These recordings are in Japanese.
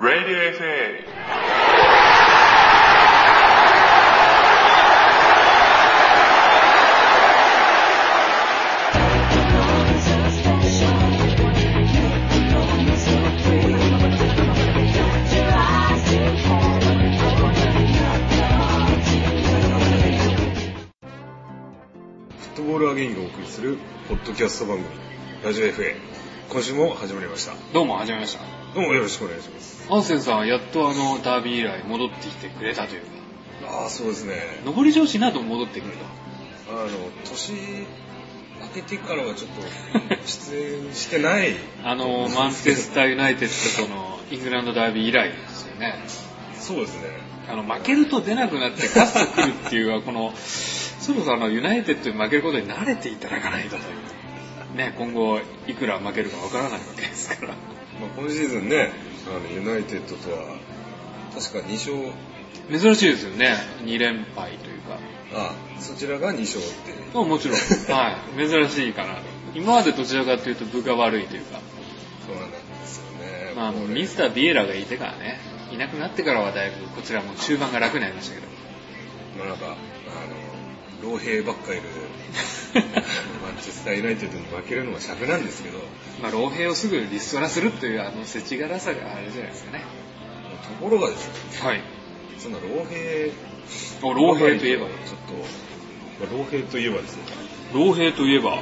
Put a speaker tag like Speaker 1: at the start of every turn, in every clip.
Speaker 1: Radio FA
Speaker 2: フットボールアゲインがお送りするポッドキャスト番組ラジオ FA 今週も始まりました
Speaker 3: どうも、はじめました。
Speaker 2: どうもよろしくお願いします
Speaker 3: ハンセンさんはやっとあの、ダービー以来戻ってきてくれたというか、
Speaker 2: ああそうですね
Speaker 3: 上り調子になると戻ってくる
Speaker 2: あの年明けてからはちょっ と出演してない
Speaker 3: と。あの、マンチェスターユナイテッドとのイングランドダービー以来ですよね。
Speaker 2: そうですね
Speaker 3: あの、負けると出なくなって勝ってくるっていうのは、この、そろそろあの、ユナイテッドに負けることに慣れていただかないとという。ね、今後、いくら負けるかわからないわけですから。
Speaker 2: まあ、今シーズンねあのユナイテッドとは確か2勝
Speaker 3: 珍しいですよね、2連敗というか。
Speaker 2: あそちらが2勝っていう
Speaker 3: まあもちろん、はい、珍しいかなと。今までどちらかというと部が悪いというか。
Speaker 2: そうなんですよね
Speaker 3: まあ、
Speaker 2: これ
Speaker 3: ミスター・ビエラがいてからね、いなくなってからはだいぶ、こちらも中盤が楽になりましたけど。
Speaker 2: まあなんかあの老兵ばっかいる マンチェスターユナイテッドに負けるのは尺なんですけど
Speaker 3: まあ、老兵をすぐリストラするという、あの、世知辛さがあれじゃないですかね。
Speaker 2: ところがですね、
Speaker 3: はい。
Speaker 2: そんな老兵、
Speaker 3: お老兵といえば
Speaker 2: ちょっと、まあ老兵といえばですね、
Speaker 3: 老兵といえば、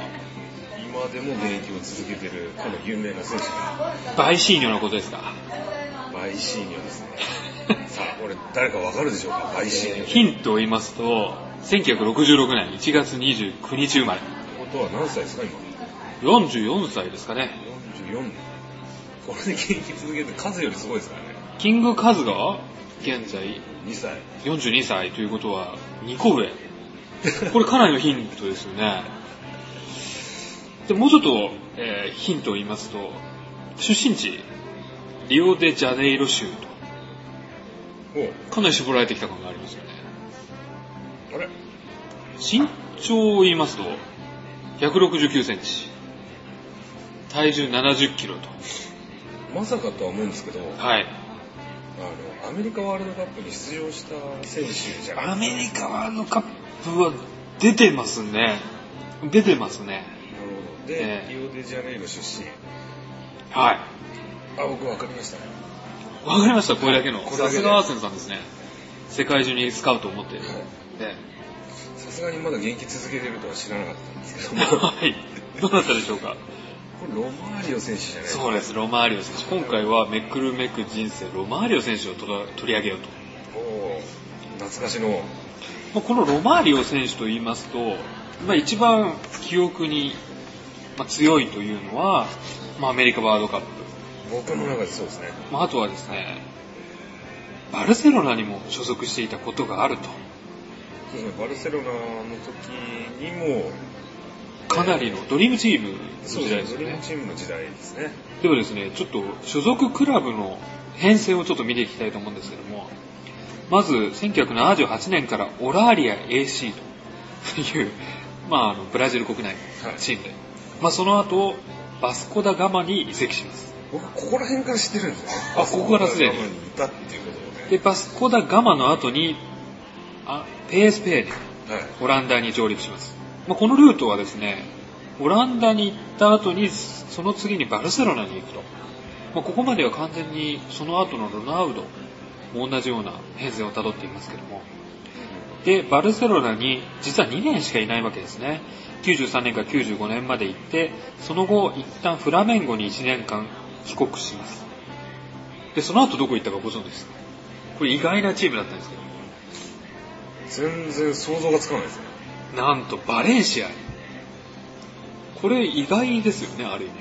Speaker 2: 今でも現役を続けてるかの有名な選手が、
Speaker 3: バイシーニョのことですか。
Speaker 2: バイシーニョですね。さあ、これ誰かわかるでしょうか、バイシーニョ。
Speaker 3: ヒントを言いますと、1966年1月29日生まれ。
Speaker 2: ことは何歳ですか、今。
Speaker 3: 44歳ですかね。
Speaker 2: 44年。これで現役続けて、数よりすごいですからね。
Speaker 3: キングカズが、現在
Speaker 2: 2歳。
Speaker 3: 42歳ということは、2個上。これかなりのヒントですよね。でもうちょっと、えーヒントを言いますと、出身地、リオデジャネイロ州と、
Speaker 2: お
Speaker 3: かなり絞られてきた感がありますよね。
Speaker 2: あれ
Speaker 3: 身長を言いますと、169センチ、体重70キロと。
Speaker 2: まさかとは思うんですけど、あ
Speaker 3: はい。
Speaker 2: の、アメリカワールドカップに出場した選手じゃない
Speaker 3: アメリカワールドカップは出てますね。出てますね。
Speaker 2: なるほど。で
Speaker 3: え、え
Speaker 2: リオデジャネイロ出身。
Speaker 3: はい。
Speaker 2: あ、僕分かりました。
Speaker 3: わかりました、これだけの。
Speaker 2: これだ
Speaker 3: さ
Speaker 2: けです
Speaker 3: がアーセンさんですね。世界中にスカウトを持っている。
Speaker 2: はい
Speaker 3: で
Speaker 2: さすがにまだ現役続けてるとは知らなかったんですけども、こ
Speaker 3: はい。どうだったでしょうか。
Speaker 2: れロマーリオ選手じゃないですか。
Speaker 3: そうです、ロマーリオ選手。今回はめくるめく人生、ロマーリオ選手をとら取り上げようと。
Speaker 2: おお懐かしの、
Speaker 3: まあこのロマーリオ選手と言いますと、まあ、一番記憶にまあ強いというのは、まあ、アメリカワールドカップ。
Speaker 2: 僕の中でそうですね。
Speaker 3: まあ、あとはですね、バルセロナにも所属していたことがあると。
Speaker 2: そうですね、バルセロナの時にも、
Speaker 3: かなりのドリームチームの時代です
Speaker 2: ド
Speaker 3: よ
Speaker 2: リー
Speaker 3: ね
Speaker 2: ム。チームの時代ですね。
Speaker 3: ではですね、ちょっと所属クラブの編成をちょっと見ていきたいと思うんですけども、まず1978年からオラーリア AC という、 まあ、あのブラジル国内のチームで、まあ、その後、バスコダガマに移籍します。
Speaker 2: 僕、ここら辺から知ってるんですね。
Speaker 3: あここからすでに
Speaker 2: バルセロナにいたっていうことをね。
Speaker 3: で、バスコダガマの後に、あ、PSP に
Speaker 2: はい。
Speaker 3: オランダに上陸します。まあ、このルートはですね、オランダに行った後に、その次にバルセロナに行くと。まあ、ここまでは完全にその後のロナウドも同じような変遷をたどっていますけども。で、バルセロナに実は2年しかいないわけですね。93年から95年まで行って、その後一旦フラメンゴに1年間帰国します。で、その後どこ行ったかご存知ですかこれ意外なチームだったんですけども。
Speaker 2: 全然想像がつかないですね。
Speaker 3: なんとバレンシアにこれ意外ですよね、ある意味。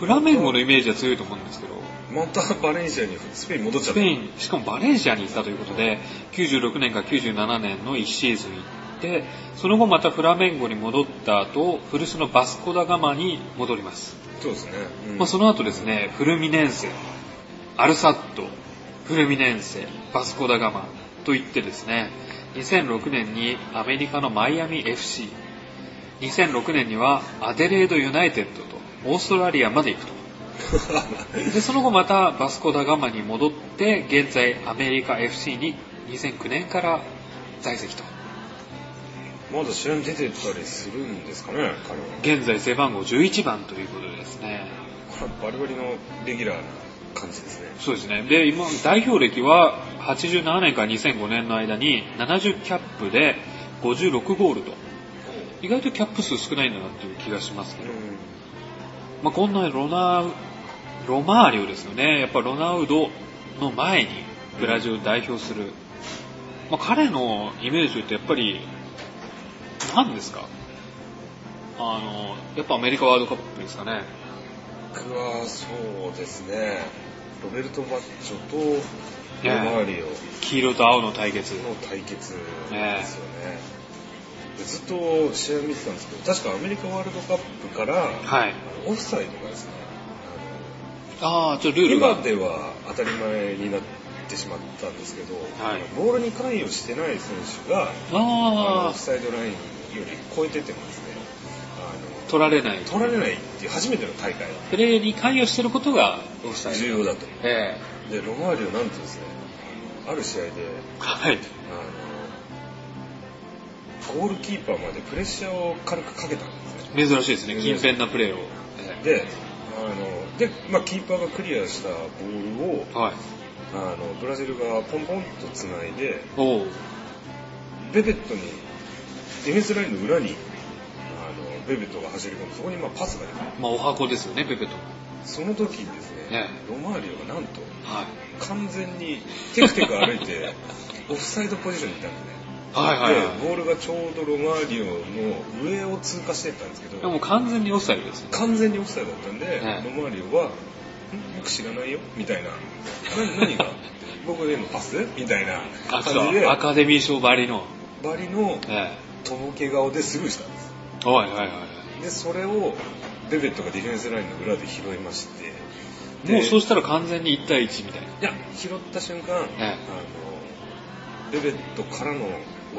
Speaker 3: フラメンゴのイメージは強いと思うんですけど、
Speaker 2: またバレンシアにスペイン戻っちゃ
Speaker 3: ス
Speaker 2: った。
Speaker 3: ペイン、しかもバレンシアに行ったということで、96年から97年の1シーズン行って、その後またフラメンゴに戻った後、古巣のバスコダガマに戻ります。
Speaker 2: そうですね。うん
Speaker 3: まあ、その後ですね、フルミネンセ、アルサッド、フルミネンセ、バスコダガマといってですね、2006年にアメリカのマイアミ FC、2006年にはアデレードユナイテッドとオーストラリアまで行くと。でその後またバスコ・ダ・ガマに戻って現在アメリカ FC に2009年から在籍と
Speaker 2: まだ試合に出てたりするんですかね、彼は。
Speaker 3: 現在背番号11番ということでですね
Speaker 2: これはバリバリのレギュラーな感じですね。
Speaker 3: そうですねで今代表歴は87年から2005年の間に70キャップで56ゴールと意外とキャップ数少ないんだなっていう気がしますけど、まあ、こんなロナウロマーリオですよねやっぱロナウドの前にブラジルを代表する、まあ、彼のイメージってやっぱり何ですかあのやっぱアメリカワールドカップですかね
Speaker 2: 僕はそうですね、ロベルト・バッチョとロマーリオ
Speaker 3: 黄色と青の対決
Speaker 2: の対決ですよね。でずっと試合見てたんですけど、確かアメリカワールドカップから、
Speaker 3: は
Speaker 2: あ
Speaker 3: い
Speaker 2: のオフサイドがですね、
Speaker 3: ああちょっと
Speaker 2: あ
Speaker 3: ル
Speaker 2: の
Speaker 3: ールが
Speaker 2: 今では当たり前になってしまったんですけど、
Speaker 3: はい
Speaker 2: ボールに関与してない選手が、あのオ
Speaker 3: あ
Speaker 2: フ
Speaker 3: あ
Speaker 2: サイドラインより超えててもですね、あ
Speaker 3: 取られない
Speaker 2: の取られないっていう初めての大会、
Speaker 3: プレーに関与してることがオフサイド
Speaker 2: 重要だと。
Speaker 3: え
Speaker 2: で、ロマーリオなんとですね、ある試合で、
Speaker 3: えは
Speaker 2: あ
Speaker 3: い
Speaker 2: の、ゴールキーパーまでプレッシャーを軽くかけたんですね。
Speaker 3: 珍しいですね勤勉なプレーを、え
Speaker 2: で、あの、で、まあ、キーパーがクリアしたボールを
Speaker 3: え、はい
Speaker 2: あの、ブラジルがポンポンと繋いで、
Speaker 3: おう
Speaker 2: ベベットに、ディフェンスラインの裏に、あの、ベベットが走り込む、そこにまあパスが出る。
Speaker 3: まあお箱ですよねペペと
Speaker 2: その時にですね、
Speaker 3: ね
Speaker 2: ロマーリオがなんと
Speaker 3: はい
Speaker 2: 完全にテクテク歩いて オフサイドポジションにいたんですね。
Speaker 3: はいはいはい
Speaker 2: でボールがちょうどロマーリオの上を通過していったんですけ
Speaker 3: で
Speaker 2: ど
Speaker 3: も完全にオフサイドですよね。
Speaker 2: 完全にオフサイドだったんで、
Speaker 3: ね
Speaker 2: ロマーリオは「んよく知らないよ」みたいな「何何が僕でもパス?」みたいな
Speaker 3: あ
Speaker 2: 感
Speaker 3: そ
Speaker 2: じ
Speaker 3: う
Speaker 2: で
Speaker 3: アカデミー賞ばりの。
Speaker 2: バリの
Speaker 3: え
Speaker 2: とぼけ顔ですぐしたんです
Speaker 3: え。はいはいはいは
Speaker 2: でそれをベベットがディフェンスラインの裏で拾いまして
Speaker 3: い。もうそううしたら完全に1対1みたいな。
Speaker 2: いや拾った瞬間、あ
Speaker 3: え
Speaker 2: のベベットからの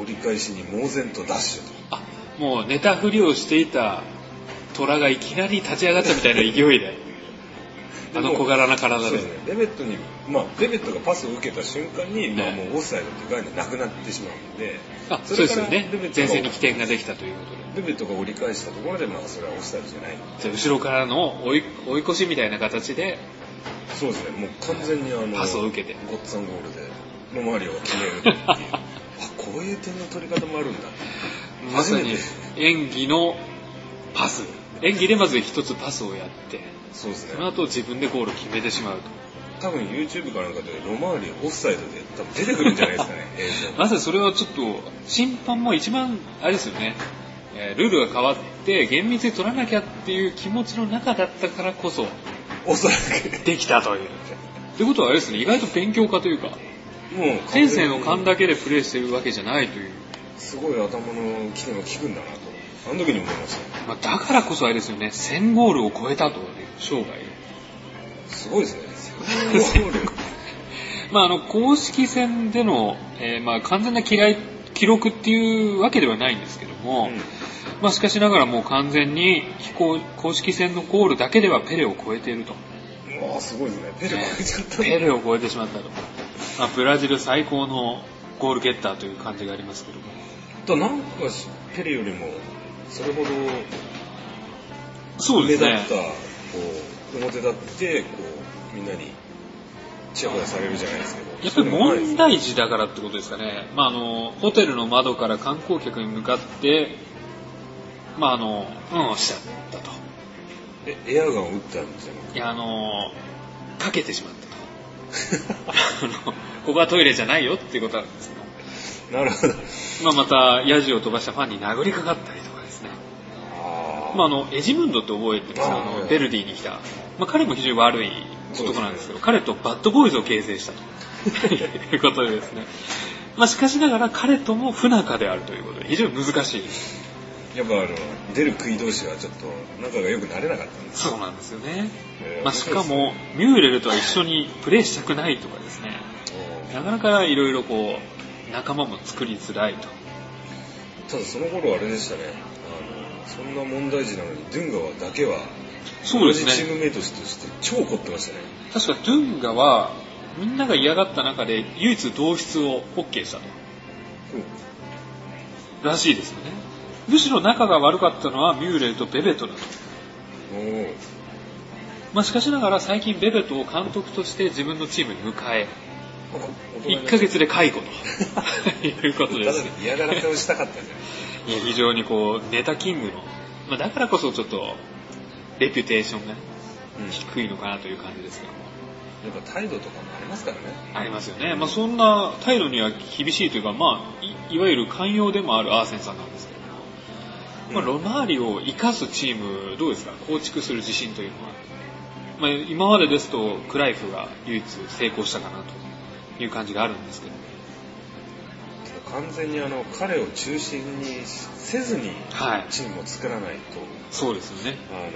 Speaker 2: 折り返しに猛然とダッシュと
Speaker 3: あ、もう寝たふりをしていた虎がいきなり立ち上がったみたいな勢いで。あの小柄な体
Speaker 2: そう
Speaker 3: で。
Speaker 2: ですね。ベベットに、まあ、ベベットがパスを受けた瞬間に、まあ、
Speaker 3: ね
Speaker 2: もうオフサイドっていう概念なくなってしまうんで、
Speaker 3: あ、そうですよ
Speaker 2: それ
Speaker 3: ね
Speaker 2: からベベッ。ト
Speaker 3: 前
Speaker 2: が
Speaker 3: 線に起点ができたということで。
Speaker 2: ベベットが折り返したところで、まあ、それはオフサイドじゃない。
Speaker 3: じゃあ後ろからの追い追い越しみたいな形で、
Speaker 2: そうですね。もう完全にあの、
Speaker 3: パスを受けて
Speaker 2: ゴッツァンゴールで、ロマーリオが決める っていう。あ、こういう点の取り方もあるんだって。
Speaker 3: まさ
Speaker 2: 初
Speaker 3: に
Speaker 2: めて
Speaker 3: 演技のパス。演技でまず一つパスをやって、
Speaker 2: そうです
Speaker 3: その
Speaker 2: ね。
Speaker 3: 後自分でゴールを決めてしまうと。
Speaker 2: 多分 YouTube かなんかで、ロマーリオオフサイドで多分出てくるんじゃないですかね、 映像。
Speaker 3: まさにそれはちょっと、審判も一番、あれですよね、えールールが変わって、厳密に取らなきゃっていう気持ちの中だったからこそ、
Speaker 2: おそらく。
Speaker 3: できたという。ということはあれですね、意外と勉強家というか、
Speaker 2: もう完全
Speaker 3: 先
Speaker 2: に
Speaker 3: 生の勘だけでプレーしてるわけじゃないという。
Speaker 2: すごい頭の機能が効くんだなと。あの時に思いました。
Speaker 3: まあ、だからこそあれですよね、1000ゴールを超えたという生涯。
Speaker 2: すごいですね。戦闘 力。
Speaker 3: まあ、あの、公式戦での、えーまあ、完全な記録記録っていうわけではないんですけども、まあ、しかしながらもう完全に非公公式戦のゴールだけではペレを超えていると。
Speaker 2: うん。わあ、すごいですね。ペル超えちゃった。
Speaker 3: ペレを超えてしまったと。まあ、ブラジル最高のゴールゲッターという感じがありますけども。
Speaker 2: と、なんかしペレよりも、それほど
Speaker 3: そう
Speaker 2: 目
Speaker 3: です
Speaker 2: 立っ
Speaker 3: ね
Speaker 2: た、。こう、表立って、こう、みんなに、ちやほやされるじゃないですけど。
Speaker 3: やっ
Speaker 2: そ
Speaker 3: ぱり
Speaker 2: ういうのもないです
Speaker 3: 問題児だからってことですかね。まあ、あの、ホテルの窓から観光客に向かって、まあ、あの、うんをしちゃったと。
Speaker 2: え、エアガンを撃ったん じゃない
Speaker 3: や、あの、かけてしまったと。あの、ここはトイレじゃないよっていうことなんですけど。
Speaker 2: くなるほど。
Speaker 3: まあ、また、ヤジを飛ばしたファンに殴りかかったりとかですね。
Speaker 2: あー
Speaker 3: まあ、あのエジムンドって覚えてますあ
Speaker 2: あ
Speaker 3: の
Speaker 2: ー
Speaker 3: ベルディに来た、まあ、彼も非常に悪い男なんですけど彼とバッドボーイズを形成したということでですね、まあ、しかしながら彼とも不仲であるということで非常に難しい
Speaker 2: やっぱあの、出る杭同士はちょっと仲が良くなれなかったんです。
Speaker 3: そうなんですよね、
Speaker 2: えー
Speaker 3: まあ、しかもミューレルとは一緒にプレーしたくないとかですねなかなかいろいろこう仲間も作りづらいと
Speaker 2: ただその頃あれでしたねあのそんな問題児なのにドゥンガはだけは
Speaker 3: そうですね
Speaker 2: 同じチームメイトとして超凝ってましたね。
Speaker 3: 確かドゥンガはみんなが嫌がった中で唯一同室を OK したとらしいですよねむしろ仲が悪かったのはミューレイとベベトだと、
Speaker 2: うん。おー
Speaker 3: まあ、しかしながら最近ベベトを監督として自分のチームに迎え
Speaker 2: あら大人になっ
Speaker 3: 1
Speaker 2: ちゃ
Speaker 3: ヶ
Speaker 2: った
Speaker 3: 月で解雇ということで
Speaker 2: た
Speaker 3: す
Speaker 2: だ
Speaker 3: ね
Speaker 2: の嫌がらせをしたかったんじゃない
Speaker 3: いや非常にこうネタキングの、まあ、だからこそちょっとレピュテーションがね
Speaker 2: うん
Speaker 3: 低いのかなという感じですけども
Speaker 2: やっぱ態度とかもありますからね。
Speaker 3: ありますよね、まあ、そんな態度には厳しいというか、まあ、いいわゆる寛容でもあるアーセンさんなんですけども、まあ、ロナーリを生かすチームどうですか構築する自信というのは、まあ、今までですとクライフが唯一成功したかなという感じがあるんですけど
Speaker 2: 完全にあの、彼を中心にせずに、
Speaker 3: はい
Speaker 2: チームを作らないと、
Speaker 3: そうですよね
Speaker 2: あの、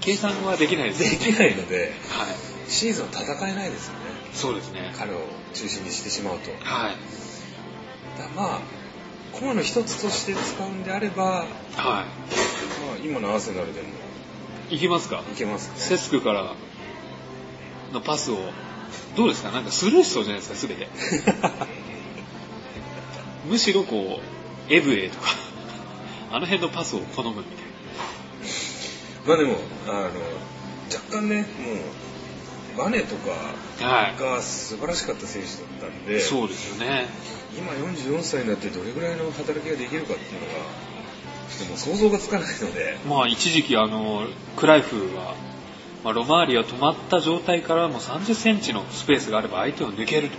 Speaker 3: 計算はできないです
Speaker 2: で
Speaker 3: ね
Speaker 2: きないので、
Speaker 3: はい
Speaker 2: シーズンは戦えないですよね。
Speaker 3: そうですね
Speaker 2: 彼を中心にしてしまうと。だ
Speaker 3: はい
Speaker 2: まあ、コアの一つとして使うんであれば、ま
Speaker 3: は
Speaker 2: あ、今のアーセナルでも
Speaker 3: いいきますか
Speaker 2: いけますか
Speaker 3: セスクからのパスをどうですかなんかスルーしそうじゃないですか全てむしろこうエブエとか あの辺のパスを好むみたい
Speaker 2: まあでも、あの、若干ね、もう、バネとか
Speaker 3: なは
Speaker 2: が素晴らしかった選手だったんで、
Speaker 3: そうですよね
Speaker 2: 今44歳になってどれぐらいの働きができるかっていうのが、ちょっともう想像がつかないので、
Speaker 3: まあ一時期あのクライフは、まあ、ロマーリが止まった状態からもう3 0センチのスペースがあれば相手を抜けると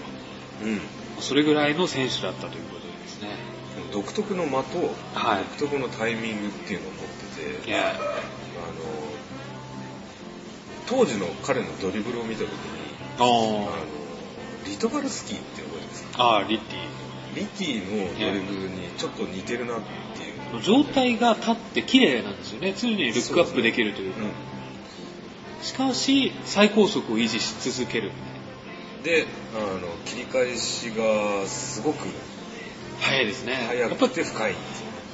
Speaker 2: うん。
Speaker 3: それぐらいの選手だったということですね
Speaker 2: 独特の的、
Speaker 3: はい
Speaker 2: 独特のタイミングっていうのを持ってて、
Speaker 3: い
Speaker 2: あの、
Speaker 3: や
Speaker 2: 当時の彼のドリブルを見た時に、あ
Speaker 3: お
Speaker 2: の、リトバルスキーって覚えてますか
Speaker 3: ああリッテ
Speaker 2: リティのドリブルにちょっと似てるなっていう。
Speaker 3: ィ状態が立って綺麗なんですよね常にルックアップできるというかしかし最高速を維持し続ける
Speaker 2: であの切り返しがすごく
Speaker 3: 早いですね
Speaker 2: 速
Speaker 3: やっ
Speaker 2: く
Speaker 3: ぱり
Speaker 2: て深い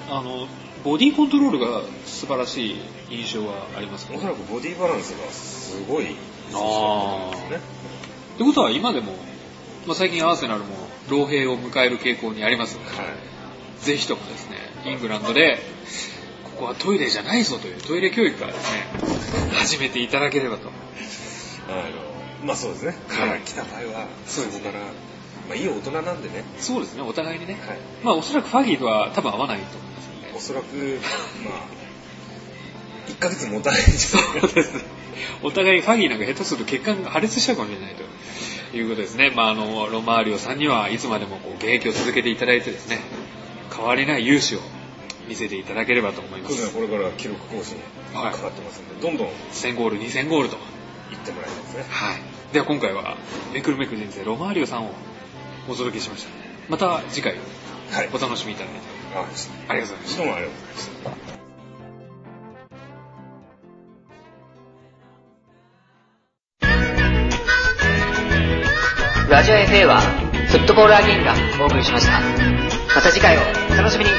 Speaker 3: あのボディコントロールが素晴らしい印象はありますか
Speaker 2: お
Speaker 3: ら
Speaker 2: そ
Speaker 3: ね
Speaker 2: らくボディバランスがすごい
Speaker 3: あー
Speaker 2: ね
Speaker 3: ってことは今でも、まあ、最近アーセナルも老兵を迎える傾向にありますので
Speaker 2: は
Speaker 3: ぜひともですねイングランドでここはトイレじゃないぞというトイレ教育からですね始めていただければと
Speaker 2: いあのまあそうですね
Speaker 3: はい
Speaker 2: から来た場合は
Speaker 3: そう
Speaker 2: そ
Speaker 3: です
Speaker 2: こ
Speaker 3: ね
Speaker 2: から、まあ、いい大人なんでね
Speaker 3: そうですねお互いにね、
Speaker 2: はい
Speaker 3: まあおそらくファギーとは多分合わないと思いますので
Speaker 2: おそらくまあ1ヶ月持たないんじゃないか
Speaker 3: そうですね。 お互いファギーなんか下手すると血管が破裂しちゃうかもしれないということですね。まあ、あの、ロマーリオさんにはいつまでもこう現役を続けていただいてですね、変わりない勇姿を見せていただければと思いま
Speaker 2: そうです
Speaker 3: す
Speaker 2: ね。これから記録更新
Speaker 3: は
Speaker 2: か
Speaker 3: い
Speaker 2: かってますんで、どんどん行
Speaker 3: 1000ゴール、2000ゴールと。
Speaker 2: ってもらいたいですね
Speaker 3: はい。では今回は、めくるめく人生ロマーリオさんをお届けしました。また次回
Speaker 2: はい
Speaker 3: お楽しみいただいて
Speaker 2: あ
Speaker 3: ありがとうございまし
Speaker 2: ど
Speaker 3: た
Speaker 2: うもありがとうございました
Speaker 1: ラジオ FA は、フットボールアゲインがお送りしました。また次回をお楽しみに。